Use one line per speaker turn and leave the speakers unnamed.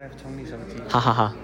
还是从你手机。
哈哈哈。